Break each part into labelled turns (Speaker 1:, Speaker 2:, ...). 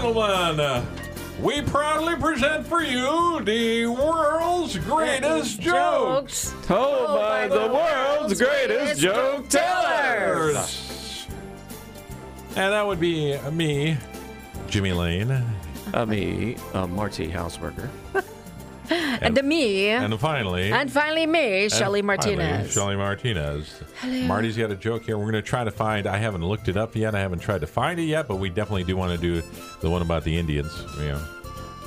Speaker 1: gentlemen, we proudly present for you the world's greatest jokes.
Speaker 2: Told Oh, by the world's greatest joke teller.
Speaker 1: And that would be me, Jimmy Lane.
Speaker 2: Uh, me, uh, Marty Hausberger.
Speaker 3: And to me, and,
Speaker 1: And finally,
Speaker 3: finally me, Shelly Martinez.
Speaker 1: Shelly Martinez. Marty's got a joke here. We're going to try to find. I haven't looked it up yet. I haven't tried to find it yet, but we definitely do want to do the one about the Indians. You know,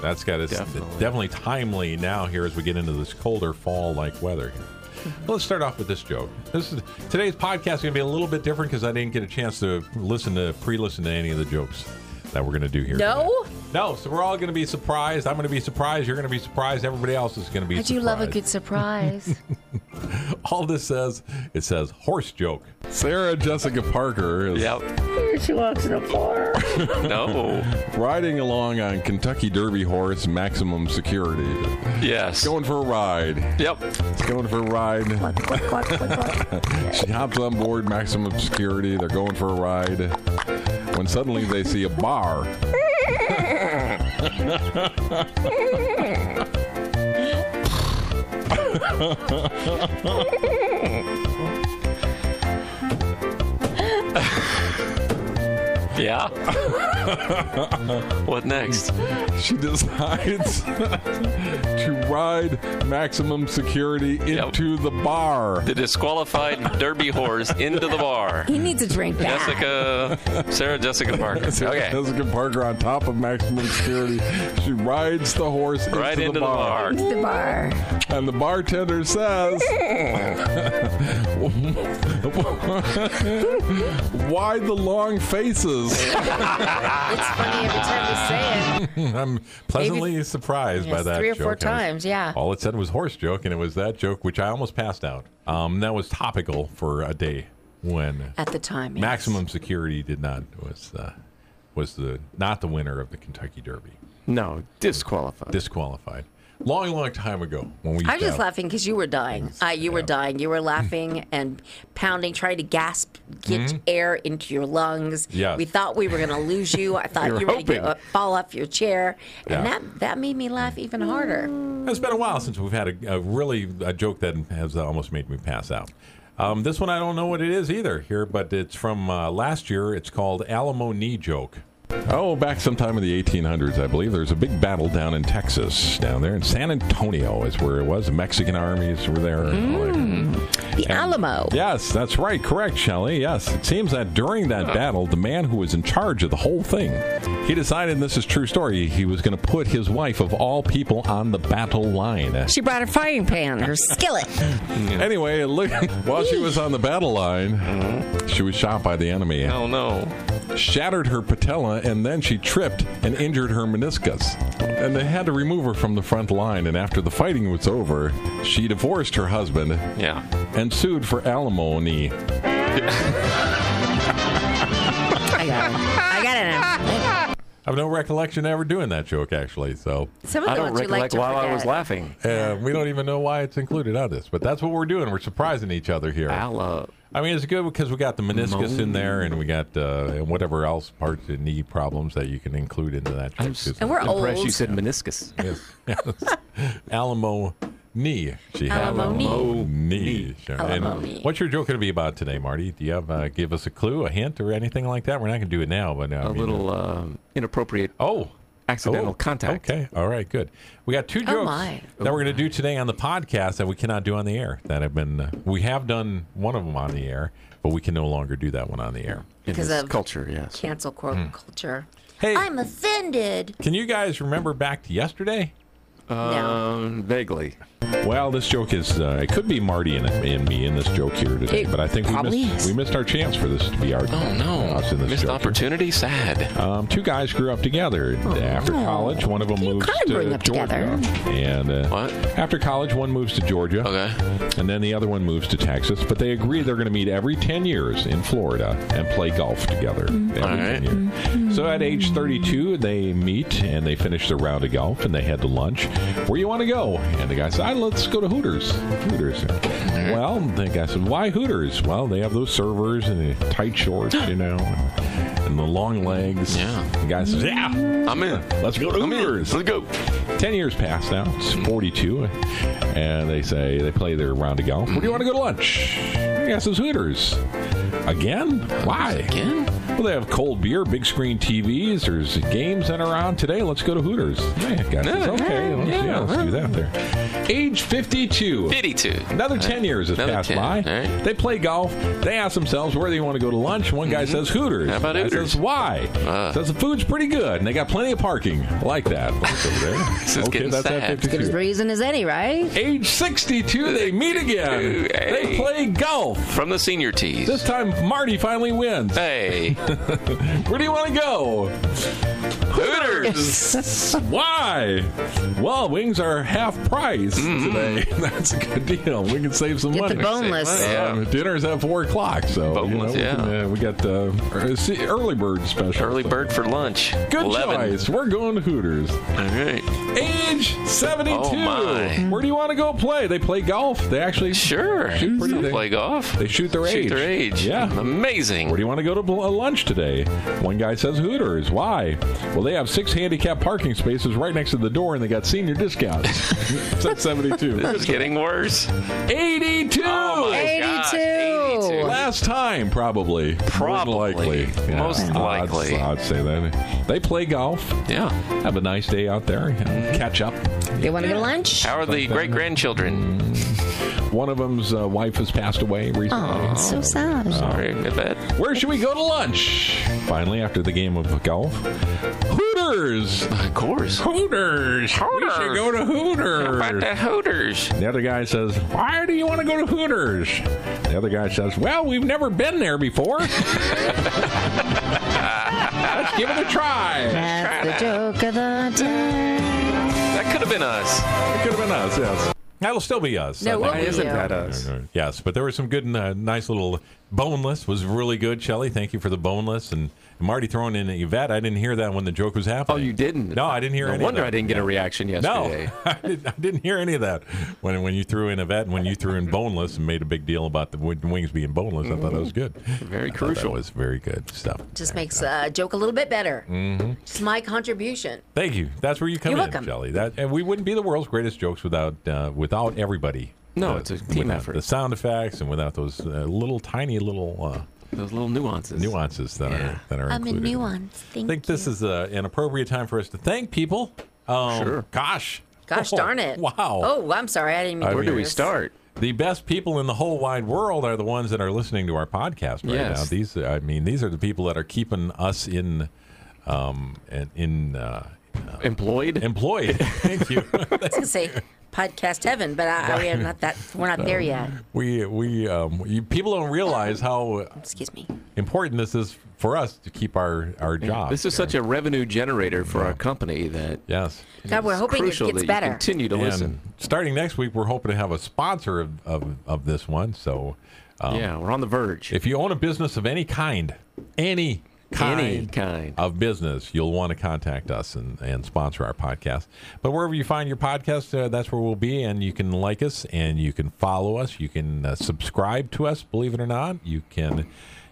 Speaker 1: that's got us
Speaker 2: Definitely.
Speaker 1: definitely, timely now here as we get into this colder fall-like weather. here. Let's start off with this joke. This is today's podcast is going to be a little bit different because I didn't get a chance to listen to pre-listen to any of the jokes that we're going to do here.
Speaker 3: No?
Speaker 1: today. no. So we're all going to be surprised. I'm going to be surprised. You're going to be surprised. Everybody else is going to be.
Speaker 3: I do love a
Speaker 1: surprised.
Speaker 3: good surprise.
Speaker 1: All this says, it says horse joke.
Speaker 4: Sarah Jessica Parker is
Speaker 2: Yep.
Speaker 5: She walks in a bar.
Speaker 2: No.
Speaker 4: riding along on Kentucky Derby horse, maximum security.
Speaker 2: Yes.
Speaker 4: Going for a ride.
Speaker 2: Yep.
Speaker 4: Going for a ride.
Speaker 5: Quack, quack, quack, quack.
Speaker 4: She hops on board, maximum security. They're going for a ride. When suddenly they see a bar.
Speaker 2: Yeah. what next?
Speaker 4: She decides to ride maximum security
Speaker 2: Yep.
Speaker 4: into the bar.
Speaker 2: The disqualified derby horse into the bar.
Speaker 3: he needs a drink back.
Speaker 2: Jessica, Sarah Jessica Parker.
Speaker 4: Sarah
Speaker 2: Okay.
Speaker 4: Jessica Parker on top of maximum security. She rides the horse
Speaker 2: Right into the bar.
Speaker 3: The bar.
Speaker 4: And the bartender says, Why the long faces?
Speaker 3: It's funny every time we say it.
Speaker 1: I'm pleasantly surprised by
Speaker 3: Yes,
Speaker 1: that.
Speaker 3: three or four
Speaker 1: joke. I was-
Speaker 3: times, yeah.
Speaker 1: All it said was horse joke, and it was that joke which I almost passed out. Um, that was topical for a day when
Speaker 3: At the time. yes.
Speaker 1: maximum security did not was uh, was the not the winner of the Kentucky Derby,
Speaker 2: No, disqualified.
Speaker 1: disqualified. Long, long time ago when we.
Speaker 3: I was
Speaker 1: used to
Speaker 3: just
Speaker 1: have-
Speaker 3: laughing because you were dying. Uh, you were
Speaker 1: Yeah.
Speaker 3: dying. You were laughing and pounding, trying to gasp, get air into your lungs.
Speaker 1: Mm-hmm. Yes.
Speaker 3: We thought we were going to lose you. I thought you
Speaker 2: were
Speaker 3: were going
Speaker 2: hoping.
Speaker 3: to fall off your chair. And
Speaker 1: Yeah.
Speaker 3: that, that made me laugh even harder.
Speaker 1: It's been a while since we've had a, a really a joke that has almost made me pass out. Um, this one I don't know what it is either here, but it's from uh, last year. It's called Alamo knee joke.
Speaker 4: Oh, back sometime in the 1800s, I believe, there's a big battle down in Texas, down there in San Antonio is where it was. The Mexican armies were there. and all that.
Speaker 3: The Alamo.
Speaker 4: Yes, that's right. Correct, Shelley. Yes. It seems that during that battle, the man who was in charge of the whole thing, he decided, and this is true story, he was going to put his wife, of all people, on the battle line.
Speaker 3: She brought her frying pan, her skillet.
Speaker 4: Anyway, look, while she was on the battle line, she was shot by the enemy,
Speaker 2: Oh no.
Speaker 4: shattered her patella, and then she tripped and injured her meniscus. And they had to remove her from the front line. And after the fighting was over, she divorced her husband
Speaker 2: Yeah.
Speaker 4: and sued for alimony.
Speaker 3: I got it. I got it now.
Speaker 1: I have no recollection ever doing that joke actually, so
Speaker 3: Some of the
Speaker 2: I don't
Speaker 3: ones you like
Speaker 2: recollect
Speaker 3: to
Speaker 2: while I
Speaker 3: forget.
Speaker 2: was laughing.
Speaker 1: uh, we don't even know why it's included on this. But that's what we're doing. We're surprising each other here.
Speaker 2: Ala.
Speaker 1: I mean, it's good because we got the meniscus in there, and we got uh, and whatever else parts of knee problems that you can include into that joke.
Speaker 2: I'm s-
Speaker 1: 'cause
Speaker 3: And we're old.
Speaker 2: Impressed you said meniscus.
Speaker 1: Alamo knee. She had
Speaker 3: Alamo knee.
Speaker 2: Oh,
Speaker 1: knee. Sure. And
Speaker 3: Alamo knee.
Speaker 1: What's your joke going to be about today, Marty? Do you have uh, give us a clue, a hint, or anything like that? We're not going to do it now, but uh, I
Speaker 2: A
Speaker 1: mean,
Speaker 2: little um, inappropriate
Speaker 1: Oh.
Speaker 2: accidental
Speaker 1: Oh,
Speaker 2: contact.
Speaker 1: Okay. All right. Good. We got two jokes
Speaker 3: Oh, my.
Speaker 1: that we're going to do today on the podcast that we cannot do on the air. That have been
Speaker 4: uh,
Speaker 1: we have done one of them on the air, but we can no longer do that one on the air.
Speaker 2: In
Speaker 3: Because
Speaker 2: this
Speaker 3: of-
Speaker 2: culture, yes.
Speaker 3: Cancel cor-
Speaker 2: Hmm.
Speaker 3: culture.
Speaker 1: Hey.
Speaker 3: I'm offended.
Speaker 1: Can you guys remember back to yesterday?
Speaker 3: no.
Speaker 2: Um, vaguely.
Speaker 4: Well, this joke is, uh, it could be Marty and, and me in this joke here today,
Speaker 3: It
Speaker 4: but I think we
Speaker 3: probably
Speaker 4: missed,
Speaker 3: is. Oh,
Speaker 4: we missed our chance for this to be our us in this
Speaker 2: Missed
Speaker 4: joke.
Speaker 2: opportunity? Sad.
Speaker 4: Um, two guys grew up together And after college. One of them
Speaker 3: you
Speaker 4: moves
Speaker 3: Oh, kinda
Speaker 4: to
Speaker 3: bring up
Speaker 4: Georgia, and uh,
Speaker 2: What?
Speaker 4: after college, one moves to Georgia,
Speaker 2: Okay.
Speaker 4: and then the other one moves to Texas. But they agree they're going to meet every ten years in Florida and play golf together. Every
Speaker 2: All
Speaker 4: 10
Speaker 2: right.
Speaker 4: years. So at age 32, they meet and they finish their round of golf and they head to lunch. Where you want to go? And the guy said, "Ah, "Let's go to Hooters." Hooters. Well, the guy said, "Why Hooters?" Well, they have those servers and the tight shorts, you know. And and the long legs.
Speaker 2: Yeah.
Speaker 4: The guy says, yeah,
Speaker 2: I'm in.
Speaker 4: let's go to
Speaker 2: I'm in.
Speaker 4: Ubers.
Speaker 2: Let's go.
Speaker 4: 10 years pass now. It's 42. And they say, they play their round of golf. Where do you want to go to lunch? I guess it's Hooters. Again? Why?
Speaker 2: Again?
Speaker 4: Well, they have cold beer, big screen TVs. There's games that are on today. Let's go to Hooters. Yeah, guys, it's
Speaker 2: Yeah,
Speaker 4: okay. Let's,
Speaker 2: yeah,
Speaker 4: yeah, let's do that there. Age 52.
Speaker 2: 52.
Speaker 4: Another 10 years has
Speaker 2: Another
Speaker 4: passed
Speaker 2: 10,
Speaker 4: by.
Speaker 2: alright.
Speaker 4: They play golf. They ask themselves where they want to go to lunch. One guy says Hooters.
Speaker 2: Mm-hmm. How about
Speaker 4: Guy
Speaker 2: Hooters? Ah.
Speaker 4: Says why? says the food's pretty good and they got plenty of parking. I like that. Let's go there.
Speaker 2: This is getting
Speaker 4: that's
Speaker 2: sad.
Speaker 4: at 52.
Speaker 3: Good as reason as any, right?
Speaker 4: Age 62, they meet again.
Speaker 2: 62, hey.
Speaker 4: They play golf.
Speaker 2: From the senior tees.
Speaker 4: This time, Marty finally wins.
Speaker 2: hey.
Speaker 4: Where do you want to go?
Speaker 2: Hooters.
Speaker 4: Why? Well, wings are half price
Speaker 2: Mm-hmm.
Speaker 4: today. That's a good deal. We can save some
Speaker 3: Get
Speaker 4: money.
Speaker 3: the boneless.
Speaker 2: Yeah.
Speaker 4: Um, dinner's at four o'clock, so
Speaker 2: Boneless,
Speaker 4: you know,
Speaker 2: yeah.
Speaker 4: we, can, uh, we got the uh, see, early bird special.
Speaker 2: Early
Speaker 4: So.
Speaker 2: bird for lunch.
Speaker 4: Good
Speaker 2: 11.
Speaker 4: choice. We're going to Hooters.
Speaker 2: All right.
Speaker 4: Age 72.
Speaker 2: Oh, my.
Speaker 4: Where do you want to go play? They play golf. They actually
Speaker 2: Sure.
Speaker 4: Shoot pretty
Speaker 2: They
Speaker 4: thing.
Speaker 2: play golf.
Speaker 4: They shoot their age.
Speaker 2: Shoot their age.
Speaker 4: Yeah.
Speaker 2: Amazing.
Speaker 4: Where do you want to go to bl- uh, lunch today? One guy says Hooters. Why? Well, they have six handicapped parking spaces right next to the door, and they got senior discounts. it's at 72.
Speaker 2: It's getting worse.
Speaker 4: 82!
Speaker 2: Oh my gosh,
Speaker 3: 82.
Speaker 2: 82.
Speaker 4: Last time, probably.
Speaker 2: Probably.
Speaker 4: More than likely.
Speaker 2: Most
Speaker 4: I'd-
Speaker 2: likely.
Speaker 4: I'd, say that. They play golf,
Speaker 2: Yeah.
Speaker 4: have a nice day out there, and catch up.
Speaker 3: They want to go to lunch?
Speaker 2: How are the great grandchildren?
Speaker 4: One of them's uh, wife has passed away recently.
Speaker 3: Oh, so sad.
Speaker 2: Sorry, I bet.
Speaker 4: Where should we go to lunch? Finally, after the game of golf, Hooters!
Speaker 2: Of course.
Speaker 4: Hooters.
Speaker 2: Hooters.
Speaker 4: We should go to
Speaker 2: How about
Speaker 4: Hooters.
Speaker 2: that Hooters?
Speaker 4: The other guy says, Why do you want to go to Hooters? The other guy says, Well, we've never been there before. Let's give it a try.
Speaker 3: That's the joke of the day.
Speaker 2: That could have been us.
Speaker 4: It could have been us, yes.
Speaker 1: That'll still be us.
Speaker 3: No,
Speaker 1: I
Speaker 3: what
Speaker 1: think.
Speaker 2: Why isn't
Speaker 3: you?
Speaker 2: that us?
Speaker 1: Yes, but there were some good, uh, nice little boneless was really good. Shelley, thank you for the boneless and Marty throwing in Yvette. I didn't hear that when the joke was
Speaker 2: Oh,
Speaker 1: happening.
Speaker 2: you didn't?
Speaker 1: No, I didn't hear
Speaker 2: No
Speaker 1: any
Speaker 2: wonder I
Speaker 1: of that.
Speaker 2: didn't get a reaction yesterday.
Speaker 1: No, I, did, I didn't hear any of that when when you threw in Yvette and when you threw in boneless and made a big deal about the w- wings being boneless. I thought that was good.
Speaker 2: Mm-hmm. Very
Speaker 1: I thought that
Speaker 2: crucial.
Speaker 1: was very good stuff.
Speaker 3: Just makes a joke a little bit better. Mm-hmm. It's my contribution.
Speaker 1: Thank you. That's where you come
Speaker 3: You're
Speaker 1: in,
Speaker 3: welcome.
Speaker 1: Shelley. That and we wouldn't be the world's greatest jokes without uh, without everybody.
Speaker 2: No,
Speaker 1: Uh,
Speaker 2: it's a team
Speaker 1: without
Speaker 2: effort.
Speaker 1: The sound effects and without those uh, little tiny little. Uh,
Speaker 2: Those little nuances.
Speaker 1: nuances that
Speaker 2: Yeah.
Speaker 1: are that are
Speaker 3: I'm a
Speaker 1: included.
Speaker 3: nuance.
Speaker 1: I
Speaker 3: Thank
Speaker 1: think this is uh an appropriate time for us to thank people. Um,
Speaker 2: Sure.
Speaker 1: Gosh.
Speaker 3: Gosh
Speaker 1: Oh,
Speaker 3: darn it.
Speaker 1: Wow.
Speaker 3: Oh, I'm sorry. I didn't mean
Speaker 1: I
Speaker 3: to
Speaker 2: Where do
Speaker 3: do
Speaker 2: we
Speaker 3: this.
Speaker 2: start?
Speaker 1: The best people in the whole wide world are the ones that are listening to our podcast right
Speaker 2: Yes.
Speaker 1: now. These, I mean, these are the people that are keeping us in, um, and in uh,
Speaker 2: Employed?
Speaker 1: employed. Thank you.
Speaker 3: I was going to say podcast heaven, but I, we are not that. We're not there yet.
Speaker 1: we we um, you, people don't realize how
Speaker 3: Excuse me.
Speaker 1: important this is for us to keep our our job.
Speaker 2: This is such a revenue generator for our company that
Speaker 1: yes.
Speaker 3: God, we're
Speaker 2: it's
Speaker 3: hoping it
Speaker 2: crucial
Speaker 3: gets
Speaker 2: that
Speaker 3: better.
Speaker 2: you continue to
Speaker 1: And
Speaker 2: listen.
Speaker 1: starting next week, we're hoping to have a sponsor of, of, of this one. So um,
Speaker 2: yeah, we're on the verge.
Speaker 1: if you own a business of any kind, any kind,
Speaker 2: Any kind.
Speaker 1: of business, you'll want to contact us and, and sponsor our podcast. But wherever you find your podcast, uh, that's where we'll be. And you can like us and you can follow us. You can uh, subscribe to us, believe it or not. You can.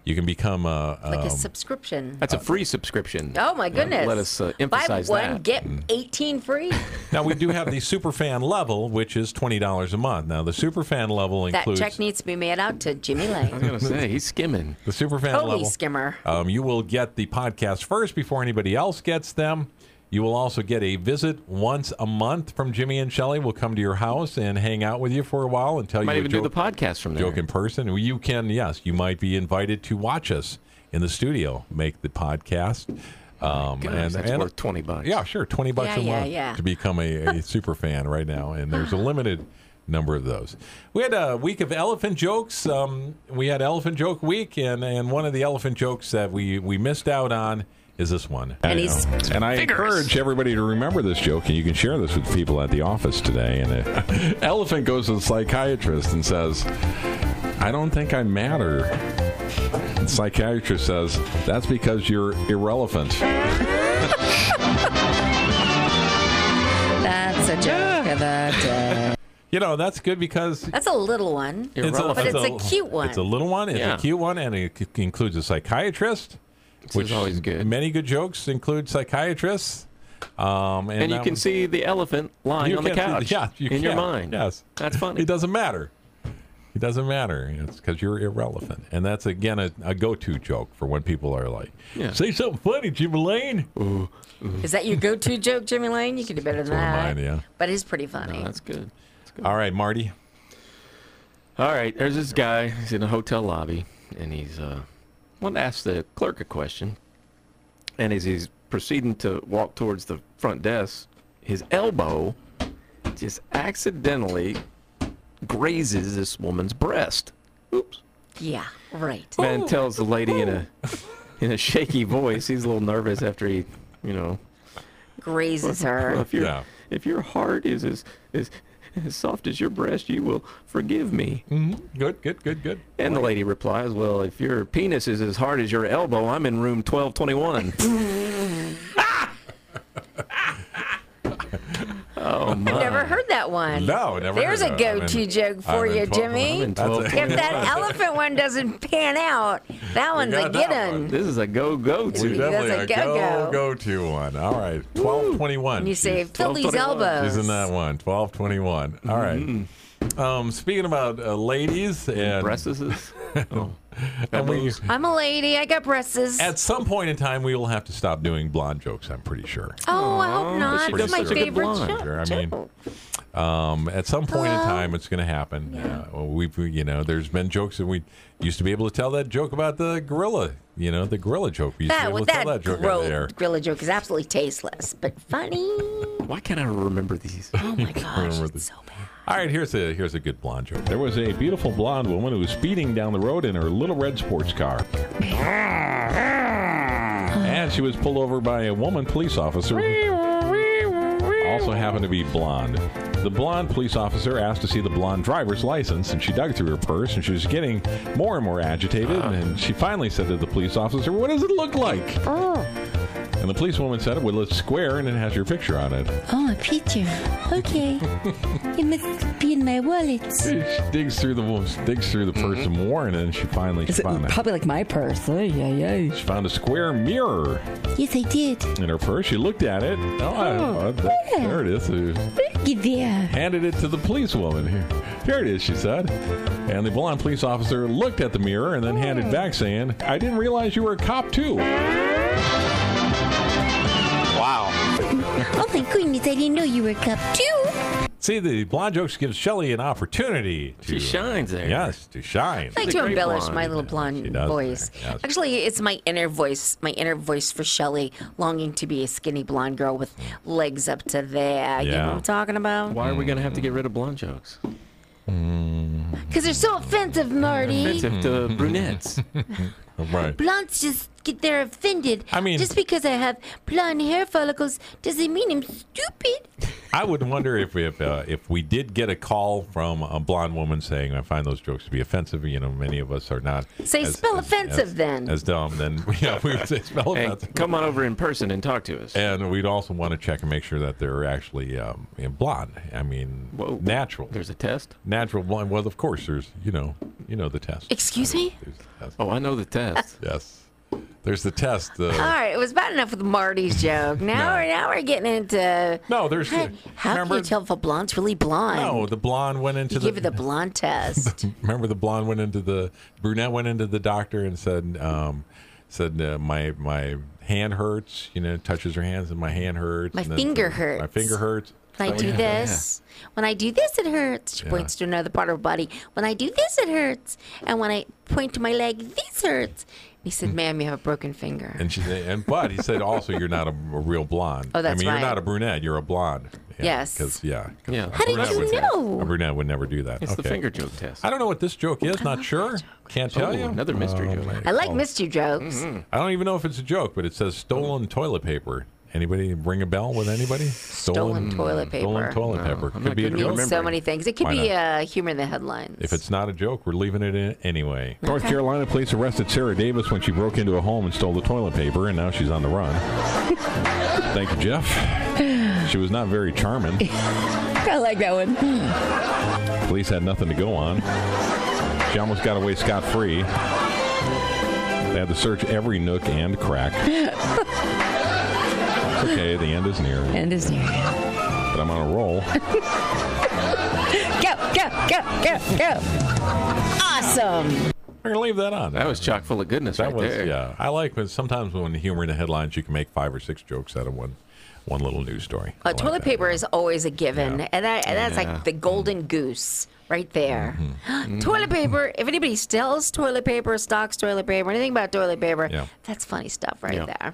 Speaker 1: You can become uh, a, a
Speaker 3: Like a subscription.
Speaker 1: Uh,
Speaker 2: That's a free subscription.
Speaker 3: Oh my goodness!
Speaker 2: uh, Let us uh, emphasize
Speaker 3: Buy one,
Speaker 2: that.
Speaker 3: get eighteen free.
Speaker 1: now we do have the super fan level, which is twenty dollars a month. Now the super fan level
Speaker 3: that
Speaker 1: includes
Speaker 3: check needs to be made out to Jimmy
Speaker 2: I
Speaker 3: Lane.
Speaker 2: was gonna say he's skimming.
Speaker 1: the super fan
Speaker 3: Holy
Speaker 1: level.
Speaker 3: skimmer!
Speaker 1: Um, you will get the podcast first before anybody else gets them. You will also get a visit once a month from Jimmy and Shelley. We'll come to your house and hang out with you for a while and tell
Speaker 2: Might
Speaker 1: you
Speaker 2: even
Speaker 1: a
Speaker 2: do
Speaker 1: joke,
Speaker 2: the podcast from there.
Speaker 1: joke in person. You can, yes, you might be invited to watch us in the studio make the podcast. Um,
Speaker 2: Gosh,
Speaker 1: and,
Speaker 2: Oh that's
Speaker 1: and-
Speaker 2: worth twenty bucks.
Speaker 1: yeah, sure, twenty bucks
Speaker 3: Yeah,
Speaker 1: a
Speaker 3: yeah,
Speaker 1: month
Speaker 3: yeah.
Speaker 1: to become a, a super fan right now, and there's a limited number of those. We had a week of elephant jokes. Um, we had elephant joke week, and and one of the elephant jokes that we we missed out on is this one.
Speaker 3: And he's
Speaker 4: And I
Speaker 2: Vigorous.
Speaker 4: encourage everybody to remember this joke, and you can share this with people at the office today. And uh, elephant goes to the psychiatrist and says, "I don't think I matter." And psychiatrist says, "That's because you're irrelevant."
Speaker 3: that's a joke of the day.
Speaker 1: You know that's good because.
Speaker 3: That's a little one.
Speaker 1: It's a,
Speaker 2: Irrelevant.
Speaker 3: But it's a cute one.
Speaker 1: It's a little one. It's
Speaker 2: Yeah.
Speaker 1: a cute one, and it c- includes a psychiatrist,
Speaker 2: which is always good.
Speaker 1: Many good jokes include psychiatrists. Um, and
Speaker 2: and you
Speaker 1: that
Speaker 2: can
Speaker 1: one-
Speaker 2: see the elephant lying
Speaker 1: You
Speaker 2: on the
Speaker 1: can
Speaker 2: couch.
Speaker 1: see- yeah, you
Speaker 2: in your
Speaker 1: can.
Speaker 2: mind.
Speaker 1: Yes.
Speaker 2: that's funny.
Speaker 1: It doesn't matter. It doesn't matter. It's because you're irrelevant, and that's again a, a go-to joke for when people are like,
Speaker 2: Yeah.
Speaker 1: "Say something funny, Jim Lane."
Speaker 3: Is that your go-to joke, Jimmy Lane? You could do better than
Speaker 1: one of
Speaker 3: that.
Speaker 1: mine, yeah.
Speaker 3: But it's pretty funny.
Speaker 2: Oh, that's good.
Speaker 1: All right, Marty.
Speaker 2: All right, there's this guy. He's in a hotel lobby, and he's uh, wanted to ask the clerk a question. And as he's proceeding to walk towards the front desk, his elbow just accidentally grazes this woman's breast. Oops.
Speaker 3: yeah, right.
Speaker 2: Man tells the lady in a in a shaky voice. He's a little nervous after he, you know,
Speaker 3: Grazes
Speaker 2: Well,
Speaker 3: her.
Speaker 2: if your
Speaker 1: Yeah.
Speaker 2: if your heart is as as as soft as your breast, you will forgive me.
Speaker 1: Good, good, good, good.
Speaker 2: And the lady replies, "Well, if your penis is as hard as your elbow, I'm in room 1221." oh my!
Speaker 3: I've never heard that one.
Speaker 1: No, never.
Speaker 3: There's
Speaker 1: heard
Speaker 3: a
Speaker 1: that. I'm in-
Speaker 3: go-to joke for
Speaker 1: I'm in
Speaker 3: you,
Speaker 1: 12
Speaker 3: Jimmy.
Speaker 2: I'm in
Speaker 1: That's a-
Speaker 2: 1221.
Speaker 3: If that elephant one doesn't pan out, that one's a
Speaker 1: got that
Speaker 3: get-un.
Speaker 1: one.
Speaker 2: This is a go-go
Speaker 1: We
Speaker 2: to.
Speaker 3: does
Speaker 1: definitely
Speaker 3: a
Speaker 1: a
Speaker 3: go-go.
Speaker 1: go go to one. All right, twelve twenty one.
Speaker 3: And you say Philly's
Speaker 2: 12:21.
Speaker 3: elbows.
Speaker 1: Isn't that one? Twelve twenty one. All right.
Speaker 2: Mm-hmm.
Speaker 1: Um, speaking about uh, ladies and
Speaker 2: Breastises. Oh.
Speaker 1: and we,
Speaker 2: elbows.
Speaker 3: I'm a lady. I got breasts.
Speaker 1: at some point in time, we will have to stop doing blonde jokes. I'm pretty sure.
Speaker 3: oh, I hope
Speaker 2: Aw, but she
Speaker 3: not.
Speaker 2: does
Speaker 3: It's my
Speaker 2: such a good
Speaker 3: favorite
Speaker 2: blonde.
Speaker 3: joke.
Speaker 1: Sure, I mean,
Speaker 3: too.
Speaker 1: Um, at some point in
Speaker 3: Hello?
Speaker 1: time, it's going to happen. Uh, we've, we- you know, there's been jokes that we used to be able to tell that joke about the gorilla. You know, the gorilla joke. We used to
Speaker 3: that,
Speaker 1: be able to
Speaker 3: that,
Speaker 1: tell that joke out there.
Speaker 3: gro- gorilla joke is absolutely tasteless, but funny. Oh
Speaker 2: Why can't I remember these?
Speaker 1: Oh,
Speaker 3: my gosh,
Speaker 1: remember
Speaker 3: it's
Speaker 1: the-
Speaker 3: so bad.
Speaker 1: All right, here's a here's a good blonde joke.
Speaker 4: There was a beautiful blonde woman who was speeding down the road in her little red sports car. And she was pulled over by a woman police officer who also happened to be blonde. The blonde police officer asked to see the blonde driver's license, and she dug through her purse, and she was getting more and more agitated, and she finally said to the police officer, What does it look like?
Speaker 3: Oh.
Speaker 4: And the policewoman said, Well, it's square, and it has your picture on it.
Speaker 6: Oh, a picture. Okay. it must be in my wallet.
Speaker 4: She digs through the digs through the
Speaker 3: Mm-hmm.
Speaker 4: purse some more, and then she finally
Speaker 7: It's
Speaker 4: found it.
Speaker 7: probably like my purse. Oh, yeah, yeah.
Speaker 4: She found a square mirror
Speaker 6: Yes, I did.
Speaker 4: in her purse. She looked at it. Oh, I- oh, th- there it is. She
Speaker 6: Get there.
Speaker 4: handed it to the police woman. Here, here it is, she said. And the blonde police officer looked at the mirror and then handed back, saying, "I didn't realize you were a cop too."
Speaker 6: Oh my goodness, I didn't know you were a cop too.
Speaker 1: See, the blonde jokes gives Shelley an opportunity to
Speaker 2: She shines there.
Speaker 1: Yes, to shine.
Speaker 3: I like
Speaker 2: She's a
Speaker 3: to
Speaker 2: great
Speaker 3: embellish my
Speaker 2: blonde.
Speaker 3: little
Speaker 1: She
Speaker 3: blonde
Speaker 1: does
Speaker 3: voice.
Speaker 1: there, yes.
Speaker 3: Actually, it's my inner voice, my inner voice for Shelley, longing to be a skinny blonde girl with legs up to there. You know
Speaker 1: Yeah.
Speaker 3: what I'm talking about?
Speaker 2: Why are
Speaker 1: Mm.
Speaker 2: we gonna have to get rid of blonde jokes?
Speaker 3: Because they're so offensive, Marty.
Speaker 2: Offensive to
Speaker 1: Mm.
Speaker 2: brunettes.
Speaker 1: Right.
Speaker 6: Blondes just get there offended.
Speaker 1: I mean-
Speaker 6: just because I have blonde hair follicles doesn't mean I'm stupid.
Speaker 1: I would wonder if if uh, if we did get a call from a blonde woman saying, "I find those jokes to be offensive." You know, many of us are not.
Speaker 3: Say, "Spell offensive,"
Speaker 1: as-
Speaker 3: then.
Speaker 1: As dumb, then yeah, we would say spell
Speaker 2: Hey,
Speaker 1: offensive.
Speaker 2: come on over in person and talk to us.
Speaker 1: And we'd also want to check and make sure that they're actually um, blonde. I mean,
Speaker 2: Whoa.
Speaker 1: natural,
Speaker 2: There's a test.
Speaker 1: natural blonde. Well, of course, there's you know, you know the test.
Speaker 3: Excuse me?
Speaker 1: There's the test.
Speaker 2: Oh, I know the test.
Speaker 1: Yes, there's the test.
Speaker 3: All
Speaker 1: Uh,
Speaker 3: right, it was bad enough with Marty's joke. Now, we're, now we're getting into
Speaker 1: no, there's.
Speaker 3: how, how
Speaker 1: remember,
Speaker 3: can you tell if a blonde's really blonde?
Speaker 1: No, the blonde went into
Speaker 3: you
Speaker 1: the. Oh,
Speaker 3: give her the blonde test.
Speaker 1: remember the blonde went into the brunette went into the doctor and said um, said uh, my my hand hurts you know touches her hands and my hand hurts
Speaker 3: My
Speaker 1: and then-
Speaker 3: finger
Speaker 1: my
Speaker 3: hurts.
Speaker 1: finger hurts
Speaker 3: When I do this, when I do this, it hurts. She points to another part of her body. When I do this, it hurts. And when I point to my leg, this hurts. He said, "Ma'am, you have a broken finger."
Speaker 1: Mm. and she said and but he said also you're not a, a real blonde
Speaker 3: Oh, that's
Speaker 1: I mean
Speaker 3: right.
Speaker 1: you're not a brunette you're a blonde yeah,
Speaker 3: Yes.
Speaker 1: because yeah 'cause
Speaker 2: Yeah.
Speaker 1: a
Speaker 2: How did
Speaker 1: brunette
Speaker 6: you
Speaker 1: would-
Speaker 6: know?
Speaker 1: a brunette would never do that
Speaker 2: It's
Speaker 1: okay
Speaker 2: the finger joke test.
Speaker 1: I don't know what this joke is
Speaker 3: Oh,
Speaker 1: not sure can't tell
Speaker 2: Oh,
Speaker 1: you
Speaker 2: another mystery joke.
Speaker 3: I
Speaker 1: "Oh."
Speaker 3: like mystery jokes.
Speaker 1: I don't even know if it's a joke but it says stolen toilet paper anybody ring a bell with anybody
Speaker 3: Stolen toilet paper.
Speaker 1: stolen toilet paper
Speaker 2: I'm not
Speaker 1: could be a
Speaker 2: good at
Speaker 1: joke
Speaker 3: means so
Speaker 2: remembering.
Speaker 3: many things. It could
Speaker 1: Why
Speaker 3: be
Speaker 1: not?
Speaker 3: uh, humor in the headlines.
Speaker 1: If it's not a joke, we're leaving it in anyway.
Speaker 4: North Carolina police arrested Sarah Davis when she broke into a home and stole the toilet paper, and now she's on the run. Thank you, Jeff. She was not very charming.
Speaker 7: I like that one.
Speaker 4: Police had nothing to go on. She almost got away scot free. They had to search every nook and crack. it's okay, the end is near,
Speaker 7: And this here.
Speaker 4: but I'm on a roll.
Speaker 7: Go, go, go, go, go. Awesome.
Speaker 1: We're gonna leave that on.
Speaker 2: That was chock full of goodness
Speaker 1: That
Speaker 2: right
Speaker 1: was
Speaker 2: there.
Speaker 1: yeah. I like when sometimes when humor in the headlines, you can make five or six jokes out of one one little news story.
Speaker 3: Uh,
Speaker 1: I like
Speaker 3: toilet
Speaker 1: that.
Speaker 3: paper is always a given, and that and that's
Speaker 2: Yeah. Mm-hmm.
Speaker 3: like the golden goose right there. toilet paper. If anybody sells toilet paper, stocks toilet paper, anything about toilet paper,
Speaker 1: Yeah.
Speaker 3: that's funny stuff right
Speaker 2: Yeah.
Speaker 3: there.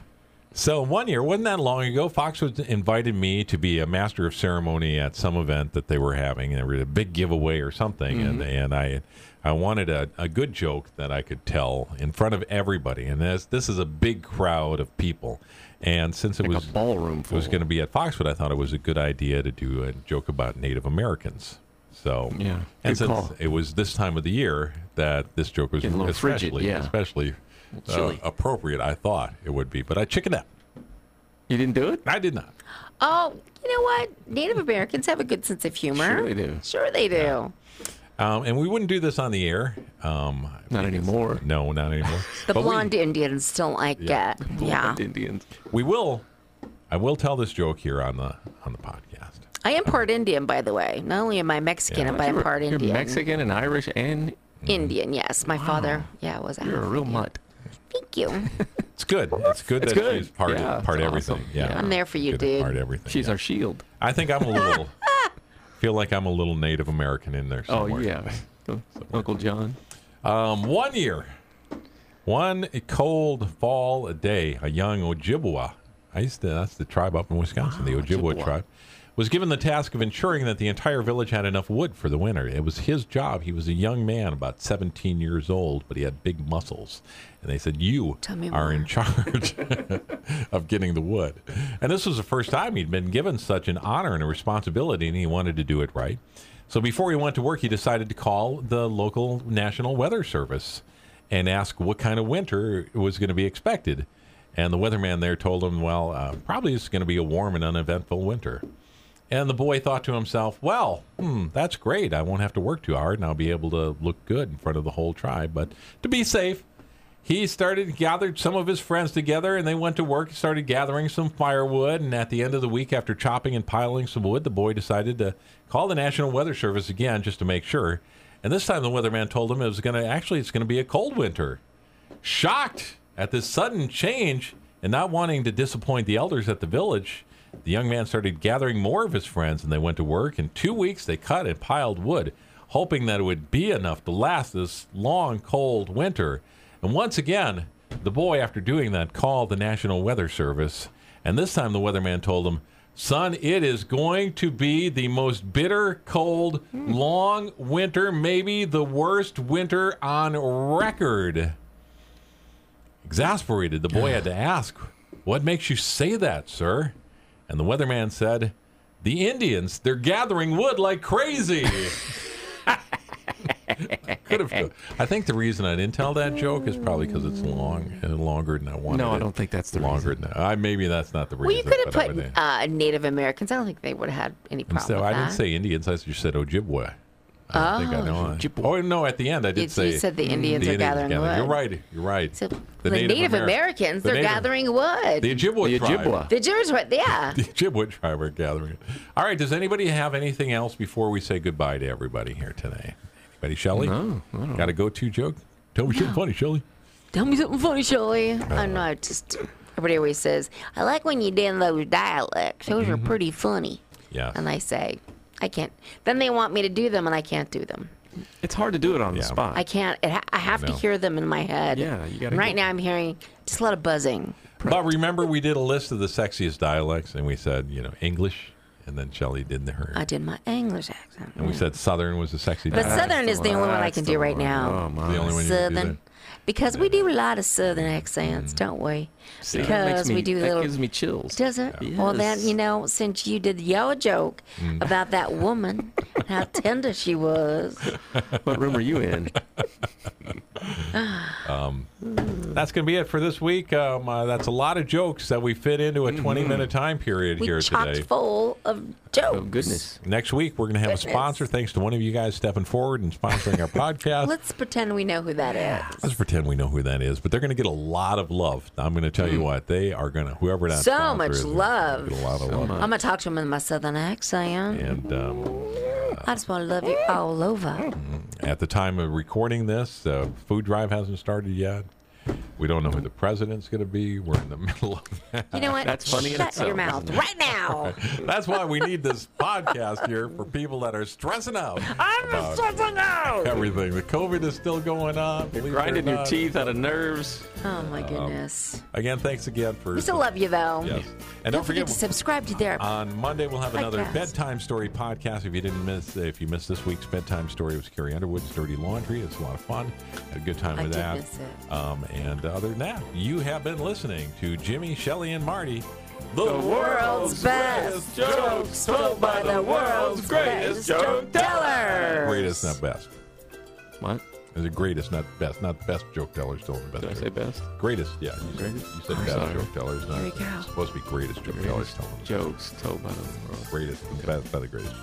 Speaker 1: So one year, wasn't that long ago, Fox was invited me to be a master of ceremony at some event that they were having, and there was a big giveaway or something, and
Speaker 2: Mm-hmm.
Speaker 1: and I, I wanted a, a good joke that I could tell in front of everybody, and this this is a big crowd of people, and since it
Speaker 2: Like
Speaker 1: was
Speaker 2: a ballroom
Speaker 1: it
Speaker 2: full.
Speaker 1: was going to be at Foxwood, I thought it was a good idea to do a joke about Native Americans. So
Speaker 2: Yeah, good
Speaker 1: and since
Speaker 2: call.
Speaker 1: it was this time of the year that this joke was
Speaker 2: Getting a little
Speaker 1: especially
Speaker 2: frigid, yeah.
Speaker 1: especially uh,
Speaker 2: Chilly.
Speaker 1: appropriate, I thought it would be, but I chickened out.
Speaker 2: you didn't do it?
Speaker 1: I did not.
Speaker 3: Oh, you know what? Native Americans have a good sense of humor.
Speaker 2: Sure they do.
Speaker 3: Sure they do.
Speaker 1: Um, and we wouldn't do this on the air. Um,
Speaker 2: Not anymore.
Speaker 1: no, not anymore.
Speaker 3: The
Speaker 1: But we-
Speaker 3: blonde Indians don't like
Speaker 1: Yeah.
Speaker 3: it. Yeah,
Speaker 2: Indians.
Speaker 1: we will. I will tell this joke here on the on the podcast.
Speaker 3: I am part Indian, by the way. Not only am I Mexican, but I'm
Speaker 2: You're-
Speaker 3: part
Speaker 2: you're
Speaker 3: Indian.
Speaker 2: Mexican and Irish, and
Speaker 3: Indian, yes. My father, yeah, was
Speaker 2: you're a
Speaker 3: a.
Speaker 2: real mutt.
Speaker 3: Thank you.
Speaker 1: It's good. It's good
Speaker 2: It's
Speaker 1: that
Speaker 2: good.
Speaker 1: she's part
Speaker 2: Yeah,
Speaker 1: part
Speaker 2: it's
Speaker 1: everything.
Speaker 2: awesome.
Speaker 1: Yeah,
Speaker 2: Yeah.
Speaker 3: I'm there for you,
Speaker 1: Good at
Speaker 3: dude.
Speaker 1: Part everything.
Speaker 2: She's
Speaker 1: yeah.
Speaker 2: our shield.
Speaker 1: I think I'm a little. feel like I'm a little Native American in there
Speaker 2: Oh
Speaker 1: somewhere.
Speaker 2: yeah, Uncle John.
Speaker 1: Um, one year, one cold fall a day, a young Ojibwa. I used to. That's the tribe up in Wisconsin. the Ojibwa,
Speaker 2: Ojibwa.
Speaker 1: tribe was given the task of ensuring that the entire village had enough wood for the winter. It was his job. He was a young man, about 17 years old, but he had big muscles. And they said, "You
Speaker 3: Tell me
Speaker 1: are
Speaker 3: more.
Speaker 1: in charge of getting the wood." And this was the first time he'd been given such an honor and a responsibility, and he wanted to do it right. So before he went to work, he decided to call the local National Weather Service and ask what kind of winter was going to be expected. And the weatherman there told him, well, uh, probably it's going to be a warm and uneventful winter. And the boy thought to himself, well, hmm, that's great. I won't have to work too hard and I'll be able to look good in front of the whole tribe. But to be safe, he started gathered some of his friends together and they went to work and started gathering some firewood and at the end of the week after chopping and piling some wood the boy decided to call the national weather service again just to make sure and this time the weatherman told him it was going to actually it's going to be a cold winter shocked at this sudden change and not wanting to disappoint the elders at the village the young man started gathering more of his friends and they went to work in two weeks they cut and piled wood hoping that it would be enough to last this long cold winter and once again, the boy, after doing that, called the National Weather Service. And this time the weatherman told him, Son, it is going to be the most bitter, cold, long winter, maybe the worst winter on record. Exasperated, the boy had to ask, What makes you say that, sir? And the weatherman said, The Indians, they're gathering wood like crazy. Could have. I think the reason I didn't tell that joke is probably because it's long and longer than I wanted.
Speaker 2: No, I
Speaker 1: it.
Speaker 2: don't think that's the
Speaker 1: longer
Speaker 2: reason.
Speaker 1: than I. Maybe that's not the reason.
Speaker 3: Well, you could have
Speaker 1: but I would-
Speaker 3: put uh, Native Americans. I don't think they would have had any problem.
Speaker 1: so
Speaker 3: with
Speaker 1: I
Speaker 3: that.
Speaker 1: didn't say Indians. I just said Ojibwe. I don't think I know.
Speaker 2: Ojibwe.
Speaker 1: Oh no! At the end, I did
Speaker 3: You- you
Speaker 1: say. mm,
Speaker 3: said the Indians are gathering wood.
Speaker 1: You're right. You're right.
Speaker 3: So
Speaker 1: The
Speaker 3: the Native,
Speaker 1: Ameri-
Speaker 3: Americans,
Speaker 1: the
Speaker 3: they're
Speaker 1: Native-
Speaker 3: gathering wood.
Speaker 1: The
Speaker 3: The,
Speaker 1: Ojibwe
Speaker 2: The
Speaker 1: tribe.
Speaker 2: Ojibwa.
Speaker 3: Jews, were- yeah.
Speaker 1: The Ojibwe tribe are gathering. it. All right. Does anybody have anything else before we say goodbye to everybody here today? Anybody, Shelley?
Speaker 2: No, I don't know.
Speaker 1: Got a go-to joke? Tell me something funny, Shelley.
Speaker 3: Tell me something funny, Shirley.
Speaker 1: Uh,
Speaker 3: I know. I Just everybody always says, I like when you did those dialects. Those
Speaker 1: Mm-hmm.
Speaker 3: are pretty funny.
Speaker 1: Yes.
Speaker 3: And I say, I can't. Then they want me to do them, and I can't do them.
Speaker 2: It's hard to do it on the
Speaker 1: Yeah.
Speaker 2: spot.
Speaker 3: I can't. It ha- I have to
Speaker 1: know.
Speaker 3: hear them in my head.
Speaker 2: Yeah, you gotta
Speaker 3: And Right
Speaker 2: get-
Speaker 3: now, I'm hearing just a lot of buzzing.
Speaker 1: But remember, we did a list of the sexiest dialects, and we said, you know, English, and then Shelley did her.
Speaker 3: I did my English accent.
Speaker 1: and we said Southern was a sexy
Speaker 3: But
Speaker 1: dialect.
Speaker 3: Southern is the only one I
Speaker 2: That's
Speaker 3: can
Speaker 2: the
Speaker 3: do right
Speaker 2: one.
Speaker 3: now.
Speaker 2: Oh my!
Speaker 1: the only one you could do
Speaker 3: Southern. Because we do a lot of Southern accents, don't we?
Speaker 2: See, that
Speaker 3: because
Speaker 2: makes me-
Speaker 3: we do
Speaker 2: that
Speaker 3: little.
Speaker 2: gives me chills.
Speaker 3: Does it? Well, then,
Speaker 2: Yes.
Speaker 3: you know, since you did your joke about that woman, and how tender she was.
Speaker 2: What room are you in?
Speaker 1: That's going to be it for this week. Um, uh, that's a lot of jokes that we fit into a 20 minute time period
Speaker 3: We
Speaker 1: here
Speaker 3: chock
Speaker 1: today.
Speaker 3: full of jokes.
Speaker 2: Oh goodness.
Speaker 1: Next week, we're going to have a
Speaker 3: Goodness.
Speaker 1: sponsor. Thanks to one of you guys stepping forward and sponsoring our podcast.
Speaker 3: Let's pretend we know who that is.
Speaker 1: Let's pretend we know who that is, but they're going to get a lot of love. I'm going to tell you what they are going to. Whoever that
Speaker 3: Hmm. So
Speaker 1: sponsor
Speaker 3: much
Speaker 1: is, they're
Speaker 3: love.
Speaker 1: gonna get a lot of love.
Speaker 3: I'm gonna talk to him in my southern accent.
Speaker 1: And um,
Speaker 3: I just want to love you all over.
Speaker 1: at the time of recording this, the food drive hasn't started yet. We don't know who the president's going to be. We're in the middle of that.
Speaker 3: You know what?
Speaker 2: That's funny in
Speaker 3: Shut
Speaker 2: itself,
Speaker 3: your mouth
Speaker 2: isn't it?
Speaker 3: right now.
Speaker 1: That's why we need this podcast here for people that are stressing out. I'm stressing out. Everything. The COVID is still going on. believe it or
Speaker 2: Grinding your
Speaker 1: not.
Speaker 2: teeth out of nerves.
Speaker 3: Oh my goodness.
Speaker 1: Again, thanks again for.
Speaker 3: We still love you though.
Speaker 1: Yes. And
Speaker 3: Don't forget to subscribe to their
Speaker 1: On Monday, we'll have another
Speaker 3: Podcast.
Speaker 1: bedtime story podcast. If you didn't miss, if you missed this week's bedtime story, it was Carrie Underwood's "Dirty Laundry." It's a lot of fun. Had a good time
Speaker 3: I
Speaker 1: with
Speaker 3: did
Speaker 1: that.
Speaker 3: miss it.
Speaker 1: Um, and other than that, you have been listening to Jimmy, Shelley, and Marty, the,
Speaker 3: world's best jokes told by the world's greatest joke teller.
Speaker 1: greatest, not best.
Speaker 2: What?
Speaker 1: It's the greatest, not best, not the best joke teller. Still the best.
Speaker 2: Did I
Speaker 1: joke-
Speaker 2: say best?
Speaker 1: greatest? Yeah, you said,
Speaker 2: Greatest?
Speaker 1: you said
Speaker 2: I'm
Speaker 1: best
Speaker 2: sorry.
Speaker 1: joke tellers. Not
Speaker 3: Here we go.
Speaker 1: supposed to be greatest joke tellers.
Speaker 2: Greatest
Speaker 1: Tell them
Speaker 2: Jokes told by the world.
Speaker 1: greatest, best, by the greatest.